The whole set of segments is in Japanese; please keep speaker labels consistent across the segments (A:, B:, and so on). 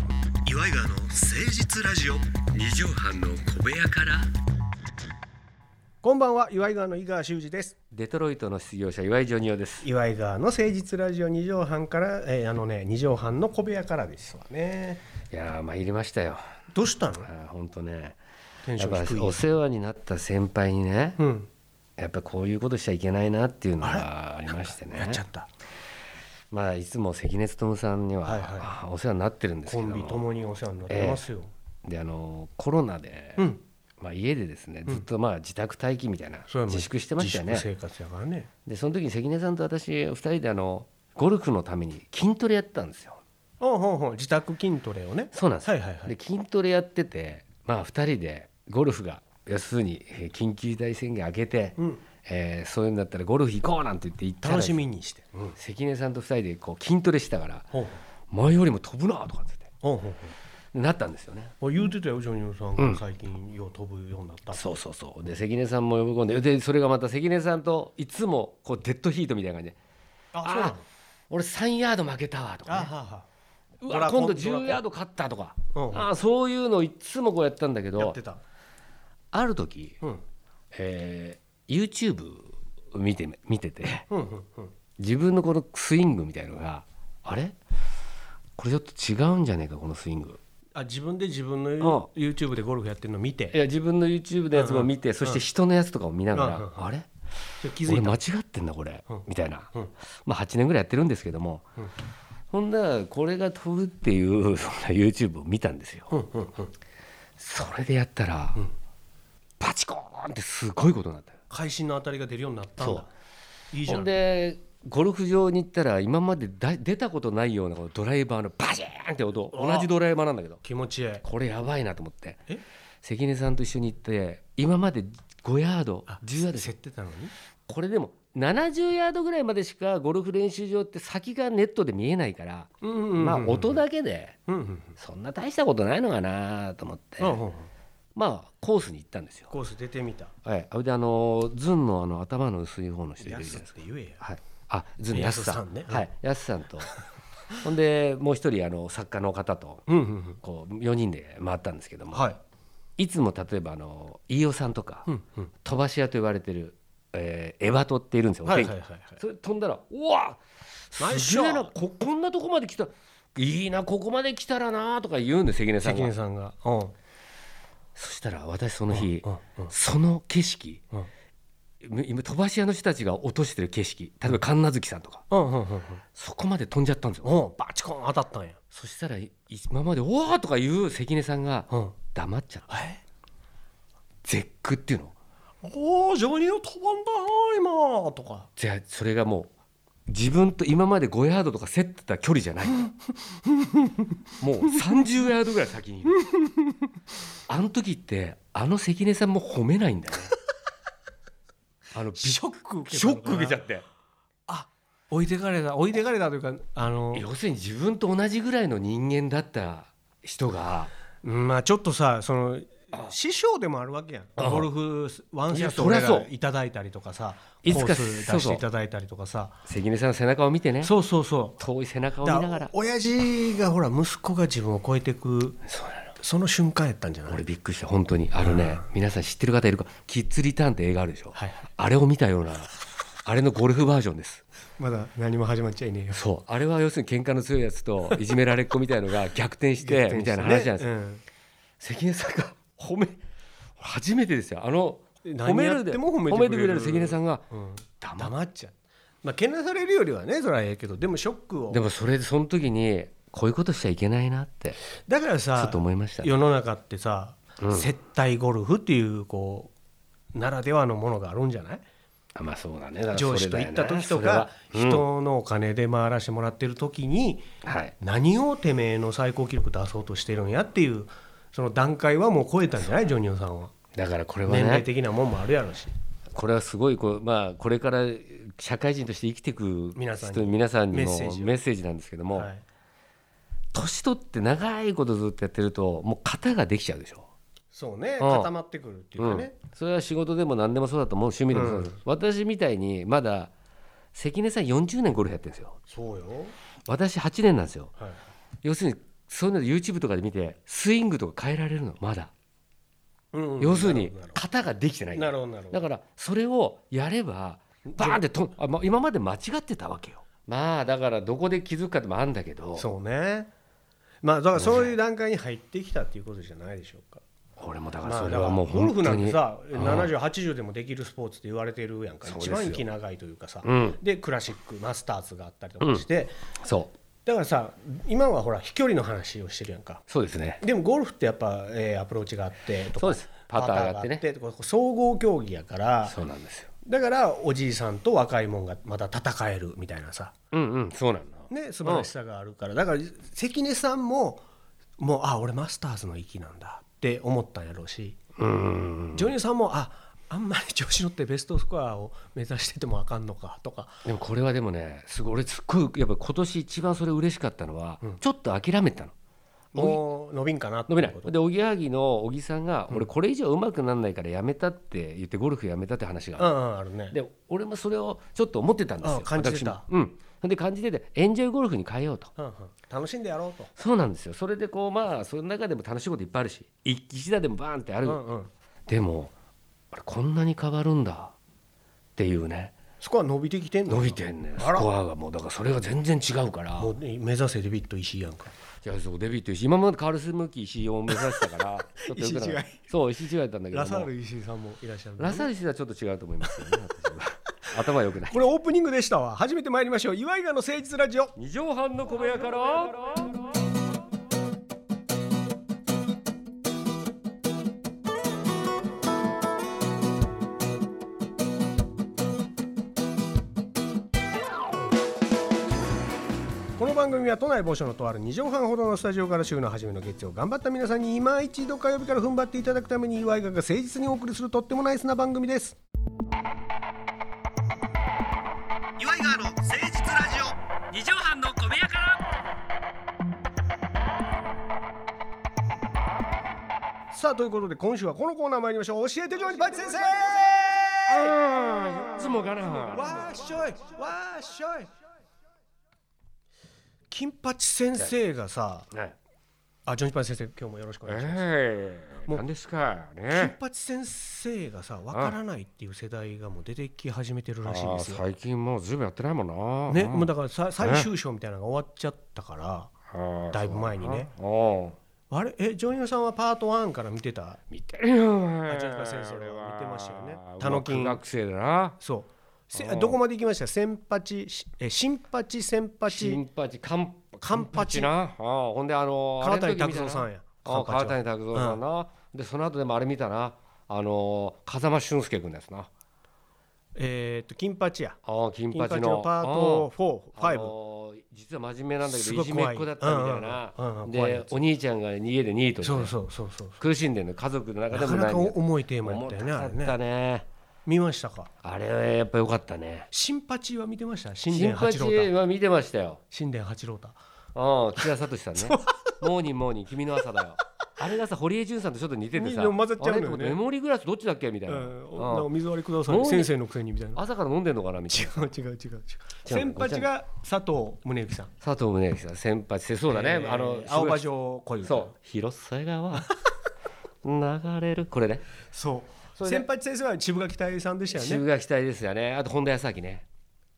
A: イガーの誠実ラジオ
B: 二畳半の小部屋から
C: こんばんは岩井川の井川修司です
B: デトロイトの失業者岩井ジョニオです
C: 岩井川の誠実ラジオ二畳半から、えーあのね二畳半の小部屋からですわね
B: いやー参りましたよ
C: どうしたの
B: あーほんとね
C: テンシ
B: やっ
C: ョ
B: ぱ
C: ン低い
B: お世話になった先輩にね、
C: うん
B: やっぱこういうことしちゃいけないなっていうのがありまして
C: や
B: ね
C: っちゃった
B: まあいつも関根勤さんに
C: はいは
B: はお世話になってるんですけ
C: コ
B: ど
C: ンビと
B: も
C: もにお世話になってますよ、
B: であのコロナで、
C: うん
B: まあ、家でですねずっとまあ自宅待機みたいな
C: それはもう
B: 自粛してましたよね
C: 自粛生活やからね
B: でその時に関根さんと私2人であのゴルフのために筋トレやってたんですよ
C: おうほうほう自宅筋トレをね
B: そうなんですよ
C: はいはいはい
B: で筋トレやっててまあ2人でゴルフが要するにえー緊急事態宣言明けて、
C: うん
B: えーそういうんだったらゴルフ行こうなんて言って行ったら
C: 楽しみにして、うん
B: 関根さんと2人でこう筋トレしてたから
C: ほう
B: 前よりも飛ぶなとかって言って
C: ほうほうほう
B: なったんですよね
C: お言うてたよジョニオさんが最近よう飛ぶようになった、
B: そうそうそうで関根さんも呼び込んででそれがまた関根さんといつもこうデッドヒートみたいな感じで
C: あそうなの
B: 「俺3ヤード負けたわ」と
C: あは
B: か、ね
C: は
B: 「う
C: ドラ
B: わ
C: コン
B: 今度
C: ドラコ
B: 10
C: ン
B: ヤード勝った」とか、
C: うんうん
B: あーそういうのいつもこうやったんだけ
C: やっ
B: ど
C: てた
B: ある時、
C: うん
B: えー YouTube 見て見てて
C: うんうんうん
B: 自分のこのスイングみたいのがあれこれちょっと違うんじゃねえかこのスイング。
C: あ自分で自分のユ
B: あ
C: YouTube でゴルフやってるの見
B: い
C: て
B: や自分の YouTube のやつも見て、そして人のやつとかも見ながら、
C: うんうん
B: あれ
C: 気づ
B: 俺
C: いた
B: 間違ってんだこれ、
C: うん
B: みたいな、
C: うん
B: まあ8年ぐらいやってるんですけども、
C: うん
B: ほんだらこれが飛ぶっていうそんな YouTube を見たんですよ、
C: うんうんうん
B: それでやったら、
C: ん
B: パチコーンってすごいことになったよ
C: 会心の当たりが出るようになったんだ
B: そ
C: いいじゃ
B: ほん
C: ん
B: でゴルフ場に行ったら今までだ出たことないようなこのドライバーのバシーンって音
C: うわ
B: 同じドライバーなんだけど
C: 気持ちいい
B: これやばいなと思って
C: え
B: 関根さんと一緒に行って今まで5ヤード
C: あ
B: 10ヤード
C: 競ってたのに
B: これでも70ヤードぐらいまでしかゴルフ練習場って先がネットで見えないから、
C: うんうんうんうん
B: まあ音だけで
C: うんうん
B: そんな大したことないのかなと思って、
C: うんうんうん
B: まあコースに行ったんですよ。
C: コース出てみた
B: はい、あれであのズンのあの頭の薄い方の人いる
C: や
B: じゃ
C: す
B: な
C: っ
B: いですか。
C: て言えや
B: はい、あズンのやす
C: やす
B: さ
C: さ
B: ん
C: んね
B: はい、やすさんと ほんでもう一人あの作家の方と
C: うんうん
B: こう4人で回ったんですけど
C: うん
B: も、
C: はい
B: い、つも例えばあの飯尾さんとか、
C: うんうん
B: 飛ばし屋と言われてる、えーエバトっているんですよ、
C: はい
B: お
C: はい
B: 天気
C: はいはい
B: それ飛んだら「うわ
C: ナイス
B: す
C: ショ
B: げ
C: ット
B: えなここんなとこまで来たいいなここまで来たらな」とか言うんです関根さん
C: 関根
B: が
C: さんがうんうん
B: そしたら私その日、
C: うんうん
B: その景色
C: うん
B: む今飛ばし屋の人たちが落としてる景色例えば神奈月さんとか
C: うんうんうん
B: そこまで飛んじゃったんですよ
C: うんうんバチコン当たったんや
B: そしたらい今まで「おわ!」とか言う関根さんが
C: うん
B: 黙っちゃった
C: え
B: 絶句っていうの
C: おージョニオ飛ばんだな今とか
B: じゃあそれがもう自分と今まで5ヤードとか競ってた距離じゃないもう30ヤードぐらい先にいるあの時ってあの関根さんも褒めないんだよねあのびシ
C: ショック受けた
B: ョ
C: のか
B: ック
C: な
B: 受けちゃって
C: あ置いてかれた置いてかれたというかあの
B: 要するに自分と同じぐらいの人間だった人が
C: うんまあちょっとさその師匠でもあるわけや
B: あ
C: んゴルフワンセット
B: いや
C: 俺
B: そりゃそう
C: らいただいたりとかさ
B: いつか
C: コース
B: そう
C: 出し
B: そう
C: ていただいたりとかさ
B: 関根さんの背中を見てね
C: そうそうそう
B: 遠い背中を見
C: だ
B: ながら
C: 親父がほら息子が自分を超えていく
B: そうなの
C: その瞬間やったんじゃない
B: 俺びっくりした本当にあのね、皆さん知ってる方いるか「キッズリターン」って映画あるでしょ、
C: はい
B: あれを見たようなあれのゴルフバージョンです
C: まだ何も始まっちゃいねえよ
B: そうあれは要するに喧嘩の強いやつといじめられっ子みたいの が逆転してみたいな話じゃないですか、関根さんが褒め初めてですよあの
C: 何
B: 褒める
C: やっ
B: で
C: ても褒めてくれる
B: くれる関根さんが
C: うん、うん
B: 黙っ
C: 黙っちゃうまあけなされるよりはねそれはええけどでもショックを
B: でもそれでその時にこういうことしちゃいけないなって
C: だから
B: ちょ
C: さ
B: っと思いましたね
C: 世の中ってさ、接待ゴルフっていうこうならではのものがあるんじゃない
B: あまあそうだねだから
C: 上司
B: そ
C: と
B: れ
C: 行
B: だよ
C: っ
B: な
C: た時と
B: それは
C: か、人のお金で回らせてもらってる時に、
B: うんはい
C: 何をてめえの最高記録出そうとしてるんやっていうその段階はもう超えたんじゃないジョニオさんは
B: だからこれはね
C: 年齢的なもんもあるやろし
B: これはすごいこう、まあ、これから社会人として生きていく
C: 皆さんに
B: 人皆さんに
C: メッ
B: も
C: セージを
B: メッセージなんですけども、
C: はい
B: 年取って長いことずっとやってるともう型ができちゃうでしょ、
C: そうね
B: うん
C: 固まってくるっていうかね、
B: それは仕事でも何でもそうだと思う趣味でもそうです、私みたいにまだ関根さん40年ゴルフやってるんですよ
C: そうよ、
B: 私8年なんですよ
C: はい、
B: 要するにそういうので YouTube とかで見てスイングとか変えられるのまだ
C: うんうん
B: 要するに
C: なるほ
B: 型ができてない
C: どなるほどなるほど
B: だからそれをやればバーンってとんあ、ま、今まで間違ってたわけよまあだからどこで気づくかでもあるんだけど
C: そうねまあだからそういう段階に入ってきたっていうことじゃないでしょうか、
B: 俺もだから
C: まあ、だ
B: それ
C: か
B: は
C: ら
B: もう
C: ゴル
B: 本
C: フ
B: 当
C: なんて
B: に
C: さ
B: うん
C: 7080でもできるスポーツって言われてるやんか
B: そうです
C: 一
B: よ
C: 番息長いというかさ、
B: うん
C: でクラシックマスターズがあったりとかして、
B: そう
C: だからさ今はほら飛距離の話をしてるやんか
B: そうですね
C: でもゴルフってやっぱ、えーアプローチがあってとか
B: そうですパターがあってね
C: パターとか総合競技やから
B: そうなんですよ
C: だからおじいさんと若いもんがまた戦えるみたいなさ
B: うんうんそうなの
C: ね素晴らしさがあるから、だから関根さんももうあ俺マスターズの域なんだって思ったんやろうし、
B: うん
C: ジョニーさんもああんまり調子乗ってベストスコアを目指しててもあかんのかとか
B: でもこれはでもねすごい俺すっごいやっぱ今年一番それ嬉しかったのは、ちょっと諦めてたの
C: もう伸びんかなって
B: 伸びない
C: こと
B: でおぎやはぎの小木さんが、俺これ以上上手くならないからやめたって言ってゴルフやめたって話があっ
C: う
B: た
C: んうんあるね
B: で俺もそれをちょっと思ってたんですよ
C: あ感じてた
B: 私もうんで感じててエンジョイゴルフに変えようと
C: うんうん、楽しんでやろうと。
B: そうなんですよそれでこうまあその中でも楽しいこといっぱいあるし一一打でもバーンってある、
C: うんうん、
B: でもあれこんなに変わるんだっていうね
C: スコア伸びてきてんの
B: 伸びてんねス
C: あら
B: コアがもうだからそれが全然違うから
C: もうね目指せデビット石井やんか
B: いやそうデビット石井今までカールスムーキー石井を目指してたから ちょっと良くなかった
C: 石井
B: そう石井違いだったんだけども
C: ラサール石井さんもいらっしゃる
B: ラサール石井はちょっと違うと思いますよね 私は頭良くない
C: これオープニングでしたわ初めて参りましょう岩井川の誠実ラジオ
B: 二畳半の小部屋から
C: この番組は都内某所のとある2畳半ほどのスタジオから週の初めの月曜頑張った皆さんに今一度火曜日から踏ん張っていただくために岩井川が誠実にお送りするとってもナイスな番組です
A: 岩井川の誠実ラジ
B: 二畳半の小部屋から
C: さあということで今週はこのコーナー参りましょう教えてジョニーパイチ先生
B: いつもかな
C: わーっしょいわーっしょい金八先生がさ
B: ね
C: あジョニーパイチ先生今日もよろしくお願いします
B: ええ
C: もう
B: 何ですか
C: 金
B: ね
C: 八先生がさわからないっていう世代がもう出てき始めてる
B: あ
C: らしい
B: ー
C: ですよ。
B: 最近もうずいぶんやってないもんな
C: ね、
B: ん
C: もうだからさ最終章みたいなのが終わっちゃったから
B: あー
C: だいぶ前にね
B: そう
C: あれえジョニオさんはパート1から見てた
B: 見てるよあ
C: あちょっと先生は見てましたよね
B: タ
C: タ
B: ノ
C: ノ
B: キ
C: キ
B: ン
C: ン
B: 学生だな
C: そうせ
B: うん
C: どこまで行きました先八しえ新八先
B: チ
C: 八
B: ンパチカン
C: カンパチ
B: なあーほんであの
C: 川谷拓三
B: 三
C: さんや
B: あ
C: カンパ
B: 川
C: チは
B: 谷拓三さんな、でその後でもあれ見たなあのー風間俊介君ですな
C: えーっと金八や
B: あー金
C: 金八
B: 八
C: の
B: の
C: パート4
B: あ
C: ファイブ
B: のー実は真面目なんだけ
C: すご
B: どい
C: い
B: じめ
C: 怖い
B: っ子だったみたい
C: うんうんう
B: なん、
C: ん怖いや
B: で
C: つ
B: お兄ちゃんが家でニートでね、
C: そうそうそうそう
B: 苦しんでるの家族の中で
C: なか
B: もな
C: な
B: い
C: か
B: みたい
C: 重いテーマだ
B: 重
C: ったよね
B: か
C: あ
B: っ
C: れね
B: たね
C: 見ましたか
B: あれはやっぱ良かったね
C: 新八は見てました新
B: 新
C: 田八郎
B: 八
C: 太
B: は見てましたよ
C: 新田八郎太
B: うん木田聡さんね「モーニングモーニング君の朝だよ」あれがさ堀江潤さんとちょっと似ててさ
C: にでも混ざっちゃうのよね
B: あれメモリーグラスどっちだっけみたいな、
C: うん、
B: うん
C: なんか水割りくださ
B: もう
C: い
B: ね
C: 先生のくせにみたいな
B: 朝から飲んでんのかなみたいな
C: 違う違う違う違う先発が佐藤宗之さん
B: 佐藤宗之さん先発してそうだね、
C: えー
B: あの
C: 青葉
B: す
C: 城恋
B: ごい
C: 歌
B: そう広瀬川流れるこれね
C: そう
B: それで
C: 先発先生は渋垣隊さんでしたよ
B: 渋
C: ね
B: が期待ですよねあと本田康明ね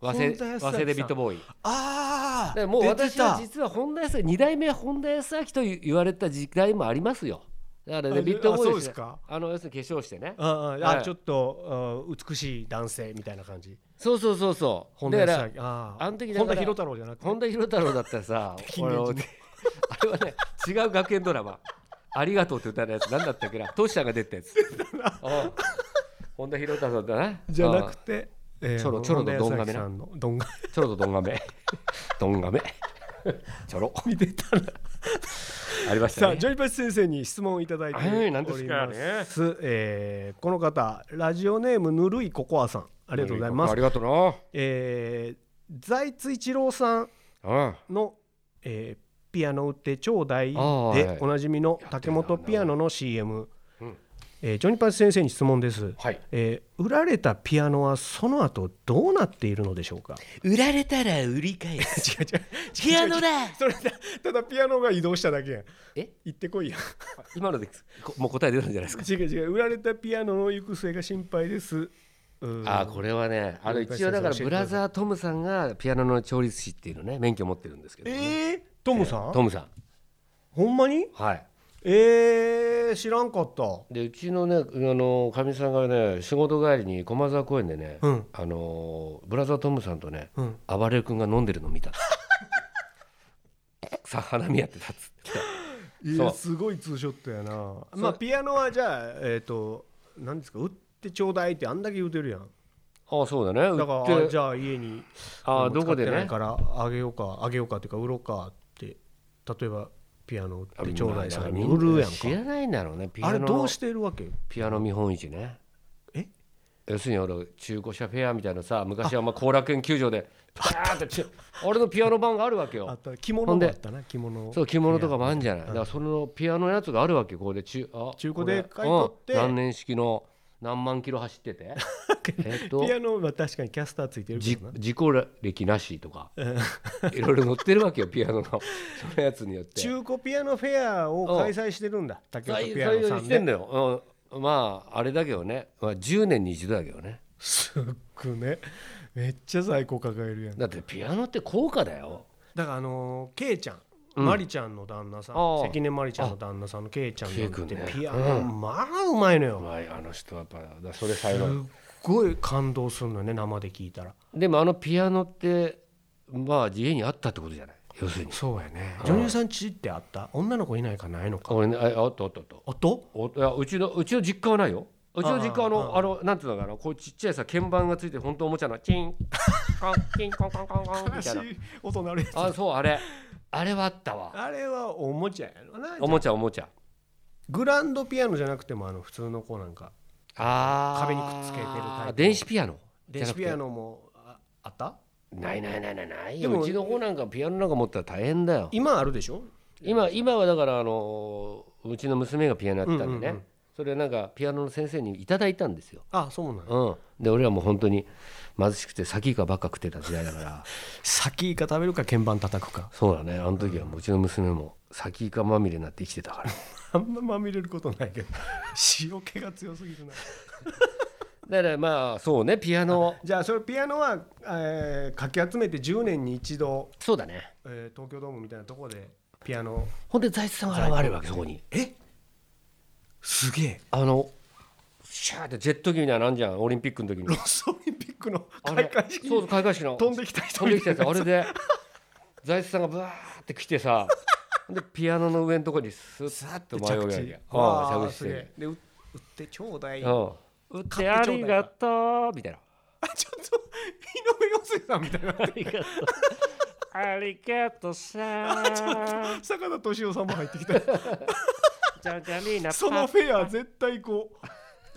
B: 早稲
C: 本田康明さ
B: 早
C: ん
B: 稲でビットボーイ
C: ああ
B: だからもう私は
C: 出て
B: 実は本田康明2代目本田康明と言われた時代もありますよだからね
C: あ
B: ビットボーイ
C: あそうですか
B: あの要するに化粧してね
C: たあーあ
B: は
C: ー
B: い
C: ちょっとあー美しい男性みたいな感じ
B: そうそうそうそう
C: 本田
B: だから
C: 康明あー
B: あの時だから
C: 本田博太郎じゃなくて
B: 本田博太郎だった らさ
C: 近
B: 俺
C: 年
B: あ
C: 中
B: れはね違う学園ドラマ「ありがとう」って歌のやつ何だったっけなトシさんが出たやつうん本田博太郎だな
C: じゃなくてえー
B: チョロチョロのドンガメ
C: 本田康明
B: な
C: さんのドンガメ
B: うんちょろとどんがめどんがめちょろ
C: 見てたら
B: ありまし
C: さ
B: た
C: あ
B: ね
C: ジョイパチ先生に質問をいただいております,、
B: はい何ですかね
C: えーこの方ラジオネームぬるいココアさんあ
B: あ
C: りがとうございます
B: ありがとう
C: えー財津一郎さん
B: なうん
C: の、えーピアノ売ってちょうだい
B: あーはい
C: でおなじみの竹本ピアノの CM、
B: うん
C: えージョニパチ先生に質問です、
B: はい
C: えー売られたピアノはその後どうなっているのでしょうか
B: 売られたら売り返す
C: 違う違う
B: ピアノだ
C: それだただピアノが移動しただけやん
B: え
C: 行ってこいや
B: 今のでこもう答え出たんじゃないですか
C: 違う違う売られたピアノの行く末が心配ですうん
B: あーこれはねあの
C: うん
B: 一応だからブラザートムさんがピアノの調律師っていうのね免許を持ってるんですけど、
C: え
B: ね
C: ー、トムさん、
B: トムさん
C: ほんまに
B: はい
C: えー、知らんかった
B: でうちのねあのかみさんがね仕事帰りに駒沢公園でね、
C: うん
B: あのブラザートムさんとね、
C: うん
B: 暴れる君が飲んでるの見たって さ花見やってたっつって
C: い
B: そ
C: や
B: う
C: すごいツーショットやなまあピアノはじゃあえっ、と何ですか売ってちょうだいってあんだけ言うてるやん
B: ああそうだね
C: だか
B: 売
C: ら
B: っ
C: あじ
B: て
C: ゃあ家に
B: ああ
C: もう
B: どこで
C: 使ってない
B: ね
C: からあげようかあげようかっていうか売ろうかって例えばピアノ売ってちょうだいさ
B: まあ
C: 売るやん
B: 知ら
C: か
B: ないんだろうねピ
C: あ
B: ア
C: れ
B: ノ
C: どうしてるわけ
B: ピアノ見本市ね
C: え
B: 要するに俺中古車フェアみたいなさ昔はまあ後楽園球場でパーってち俺のピアノ版があるわけ
C: あ
B: よ
C: った着物もあったな着物
B: そう着物とかもあるんじゃない
C: い
B: だ
C: や
B: からそのピアノのやつがあるわけよここで中あ
C: 中古で
B: これ
C: 買い取って
B: うん何年式の何万キロ走っ ててえっと
C: ピアノは確かにキャスターついてるけ
B: じ
C: どな
B: 自己歴なしとか いろいろ載ってるわけよピアノの そのやつによって
C: 中古ピアノフェアを開催してるんだ竹
B: そう
C: 岡
B: いう
C: ピア
B: そうい
C: ノ
B: う
C: さ
B: のに
C: ん
B: してん
C: で
B: だよ、うん、まああれだけどね、まあ、10年に一度だけどね
C: すっごいねめっちゃ在庫抱えるやん
B: だってピアノって高価だよ
C: だからあのーケイちゃん、
B: うん
C: マリちゃんの旦那さん
B: あー
C: 関根マリちゃんの旦那さんのケイちゃんなん
B: ケイ
C: て
B: 君ね
C: ピアノ、まあうまいのよ
B: まあ、あの人はやっぱだからそれ才
C: すっ
B: 能
C: ごい感動するのよね生で聞いたら
B: でもあのピアノってまあ家にあったってことじゃない要するに
C: そうやねジョニオさんちってあった女の子いないかないのか
B: 俺ねああったあったあった
C: 音
B: おいやうちのうちの実家はないようちの実家はあの
C: あ
B: あのなんていうのかなこうちっちゃいさ鍵盤がついてる本当おもちゃのチンコンチンコンコンコンコンみたいな
C: 音なるや
B: あそうあれあれはあったわ
C: あれはおもちゃやろな
B: おもちゃおもちゃ
C: グランドピアノじゃなくてもあの普通の子なんか
B: あー
C: 壁にくっつけてるタイプ
B: 電子ピアノ
C: 電子ピア
B: ノ
C: ノもああった
B: ないないないないない
C: で
B: よ
C: も
B: うちの子なんかピアノなんか持ったら大変だよ
C: 今あるでしょ
B: 今今はだからあのうちの娘がピアノやってた
C: う
B: んでね、
C: んうんうん
B: それなんかピアノの先生にいただいたんですよ、
C: あそうなの
B: うん、で俺はもう本当に貧しくて先イカばっか食ってた時代だから
C: 先イカ食べるか鍵盤叩くか
B: そうだねあの時はもううちの娘も先イカまみれになって生きてたから
C: あんままみれることないけど 塩気が強すぎるな
B: だからまあそうねピアノ
C: じゃあそれピアノは、えー、かき集めて10年に一度、
B: そうだね
C: えー東京ドームみたいなところでピアノ
B: ほんで財津さんが現れるわけそこに
C: えすげえ
B: あのシャーってジェット機みたいなのあんじゃんオリンピックの時に
C: ロスオリンピックの
B: あれ
C: 開会式
B: そうそ
C: に
B: う開会式の
C: 飛んできた人
B: 飛んできたやつあれ
C: れ
B: で財津さんがブワーって来てさでピアノの上のとこにスッ
C: さっ
B: と
C: と
B: 迷う
C: 着
B: わ
C: 地
B: け
C: わ
B: うん
C: あ
B: 着地し
C: す
B: て
C: げ
B: る
C: えでう売ってちょうだいあ
B: うん打っ
C: 買
B: て
C: っ
B: あ
C: てちょう
B: り
C: だい
B: がとうみたいな
C: ちょっと井上陽水さんみたいな
B: ありがとうありがとうさ ん
C: 坂田敏夫さんも入ってきた
B: じゃじゃみな
C: そのフェア絶対行こう。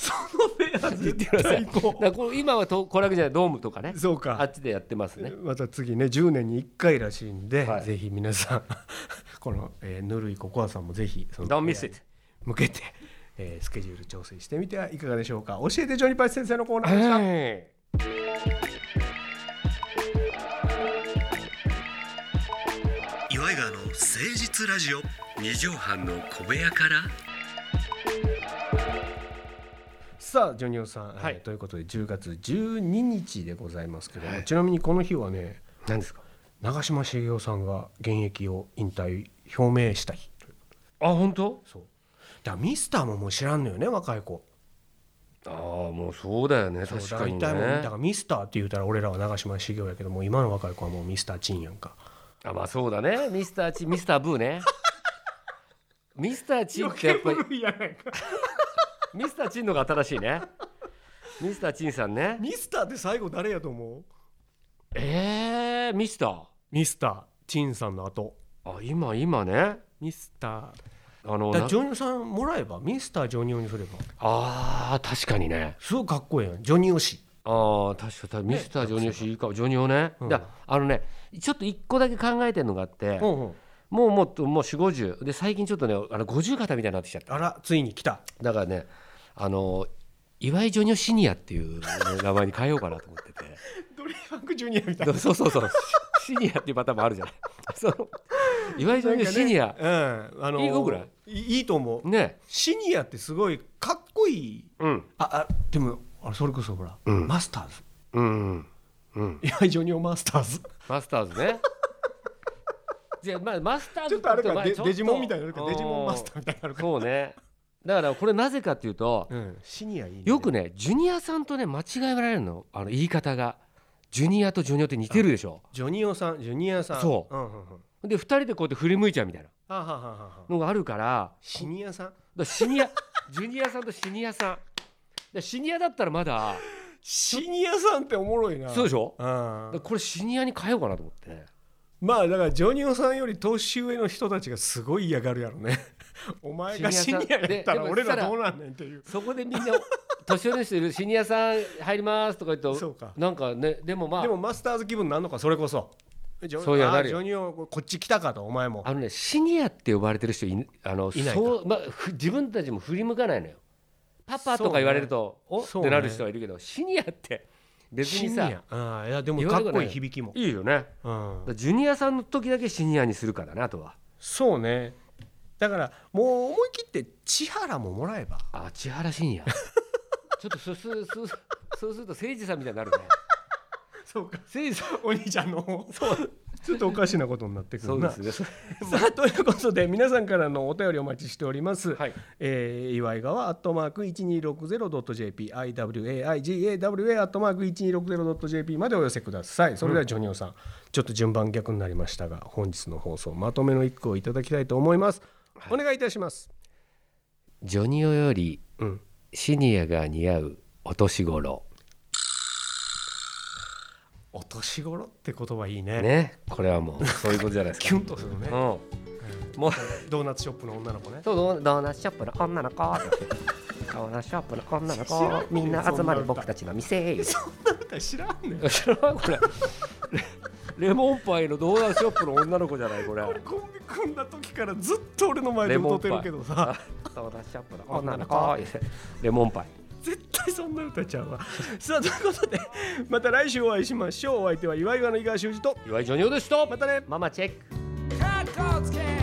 C: そのフェア絶対行こ
B: だからこう今はとこれだけじゃないドームとかね
C: う。そう
B: あ
C: か。
B: っちでやってますね
C: また次ね10年に1回らしいんで、
B: はい
C: ぜひ皆さん この、えーぬるいココアさんもぜひその
B: Don't miss it
C: 向けて、えースケジュール調整してみてはいかがでしょうか教えてジョニーパチ先生のコーナーでした、
B: はい
A: 岩井川の誠実ラジオ
B: 二畳半の小部屋から
C: さあジョニオさん、
B: はい
C: えーということで10月12日でございますけども、
B: はい
C: ちなみにこの日はね
B: 何ですか
C: 長嶋茂雄さんが現役を引退表明した日
B: あ本当
C: そうだからミスターももう知らんのよね若い子
B: ああもうそうだよね
C: そう
B: 確
C: だ
B: か
C: から一
B: にね
C: 体もうだからミスターって言うたら俺らは長嶋茂雄やけどもう今の若い子はもうミスターチンやんか
B: あまあそうだねミスターチミスターブ ーねミスターチンってやっぱり
C: いやないか
B: ミスターチンの方が新しいねミスターチンさん ね
C: ミスターって最後誰やと思う
B: えー、ミスター
C: ミスターチンさんの後
B: あ今今ね
C: ミスタ
B: あの
C: ーだか
B: な
C: らジョニオさんもらえばミスタージョニオにすれば
B: あー確かにね
C: すごいかっこいいやんジョニオ氏
B: ああ確かにミスタージョニオ氏いいかジョニオね、
C: うん
B: だあのねちょっと一個だけ考えてるのがあって、
C: うんうん
B: もうもっともう4 5 0で最近ちょっとねあの50型みたいになってきちゃった
C: あらついに来た
B: だからねあの岩井ジョニオシニアっていう名前に変えようかなと思ってて。
C: ドリーファンクジュニアみたい
B: で
C: な
B: もそうそうそうシニアっていうパターンもあるじゃない その岩井ジョニオシニア、
C: うんあの
B: いいよぐらい
C: いいいと思う
B: ね
C: シニアってすごいかっこいい
B: うん
C: ああでもあれそれこそほら、
B: うん
C: マスターズ
B: うんうん
C: いやジョニオマスターズ
B: マスターズね じゃあまあマスターズ
C: ちょっとあれ
B: ま
C: か
B: あ
C: デ
B: ちょっと
C: デジモンみたいなのあるか
B: うん
C: デジモンマスターみたいなのあるか
B: そうねだからこれなぜかっていうと、
C: うんシニアいいね
B: よくねジュニアさんとね間違えられるのあの言い方がジュニアとジョニオって似てるでしょ
C: ジョニオさんジュニアさん
B: そ
C: うんうんうん
B: で二人でこうやって振り向いちゃうみたいな
C: はあはあはあはあ
B: のがあるから
C: シニアさん
B: だからシニア ジュニアさんとシニアさんでシニアだったらまだ
C: シニアさんっておもろいな
B: そうでしょ
C: うん
B: だからこれシニアに変えようかなと思って
C: まあだからジョニオさんより年上の人たちがすごい嫌がるやろね お前がシ
B: シニア
C: ニ
B: さ
C: アや
B: ん
C: った
B: でで
C: ら
B: も
C: 俺
B: した
C: ら
B: ら
C: どうなんねんっていう
B: そこでみんな 年寄りの人いるシニアさん入りますとか言う
C: そう
B: と
C: か
B: なんかねでもまあ
C: でもマスターズ気分なんのかそれこそジョ
B: そうや
C: あー
B: なる
C: ジ
B: よ
C: ョニオこっち来たかとお前も
B: あのねシニアって呼ばれてる人いんあの
C: いないか
B: そうまあふ自分たちも振り向かないのよパパ
C: そう
B: と
C: ね
B: か言われると、おっ
C: そ
B: て
C: うね
B: なる人はいるけどシニアって別にさ
C: あーいやでも
B: 言
C: か
B: わ
C: っ
B: れたく
C: こ
B: ない
C: いい響きも、
B: いいよねだか
C: うん
B: らジュニアさんの時だけシニアにするからねあとは
C: そうねだからもう思い切って千原ももら えば
B: あ千原シニア ちょっとすすすそうすると誠司さんみたいになるね
C: そうか
B: 誠司さん
C: お兄ちゃんのそうちょっとおかしなことになってく
B: そ
C: る
B: う
C: な
B: ですねそ
C: さあということで皆さんからのお便りお待ちしております。
B: うはい
C: えー、岩井川アットマーク 1260.jp iwaigawa アットマーク 1260.jp までお寄せくださいそれではジョニオさん、ちょっと順番逆になりましたが本日の放送まとめの一句をいただきたいと思います、お願いいたします
B: ジョニオより
C: うん
B: シニアが似合うお年頃
C: お年頃って言葉いいね
B: ねこれはもうそういうことじゃないです
C: キ
B: か
C: ュンとするね
B: うん、もう
C: ドーナツショップの女の子 ね
B: そうドードーナツショップの女の子ドーナツショップの女の
C: 知らんね
B: 子みんな集まる僕たちの店へ
C: そんな歌知らんねん
B: 知らないこれレレモンパイのドーナツショップの女の子じゃないこれ
C: 俺コンビ組んだ時からずっと俺の前で
B: レモ
C: 歌っ
B: ンパ
C: て
B: イ
C: るけどさ
B: あドーナツショップの女の子レモンパイ
C: 絶対そんな歌ちゃうわさあということでまた来週お会いしましょうお相手は岩井川の井川修司と
B: 岩井ジョニオでした
C: またね
B: ママチェック
C: かっこつけ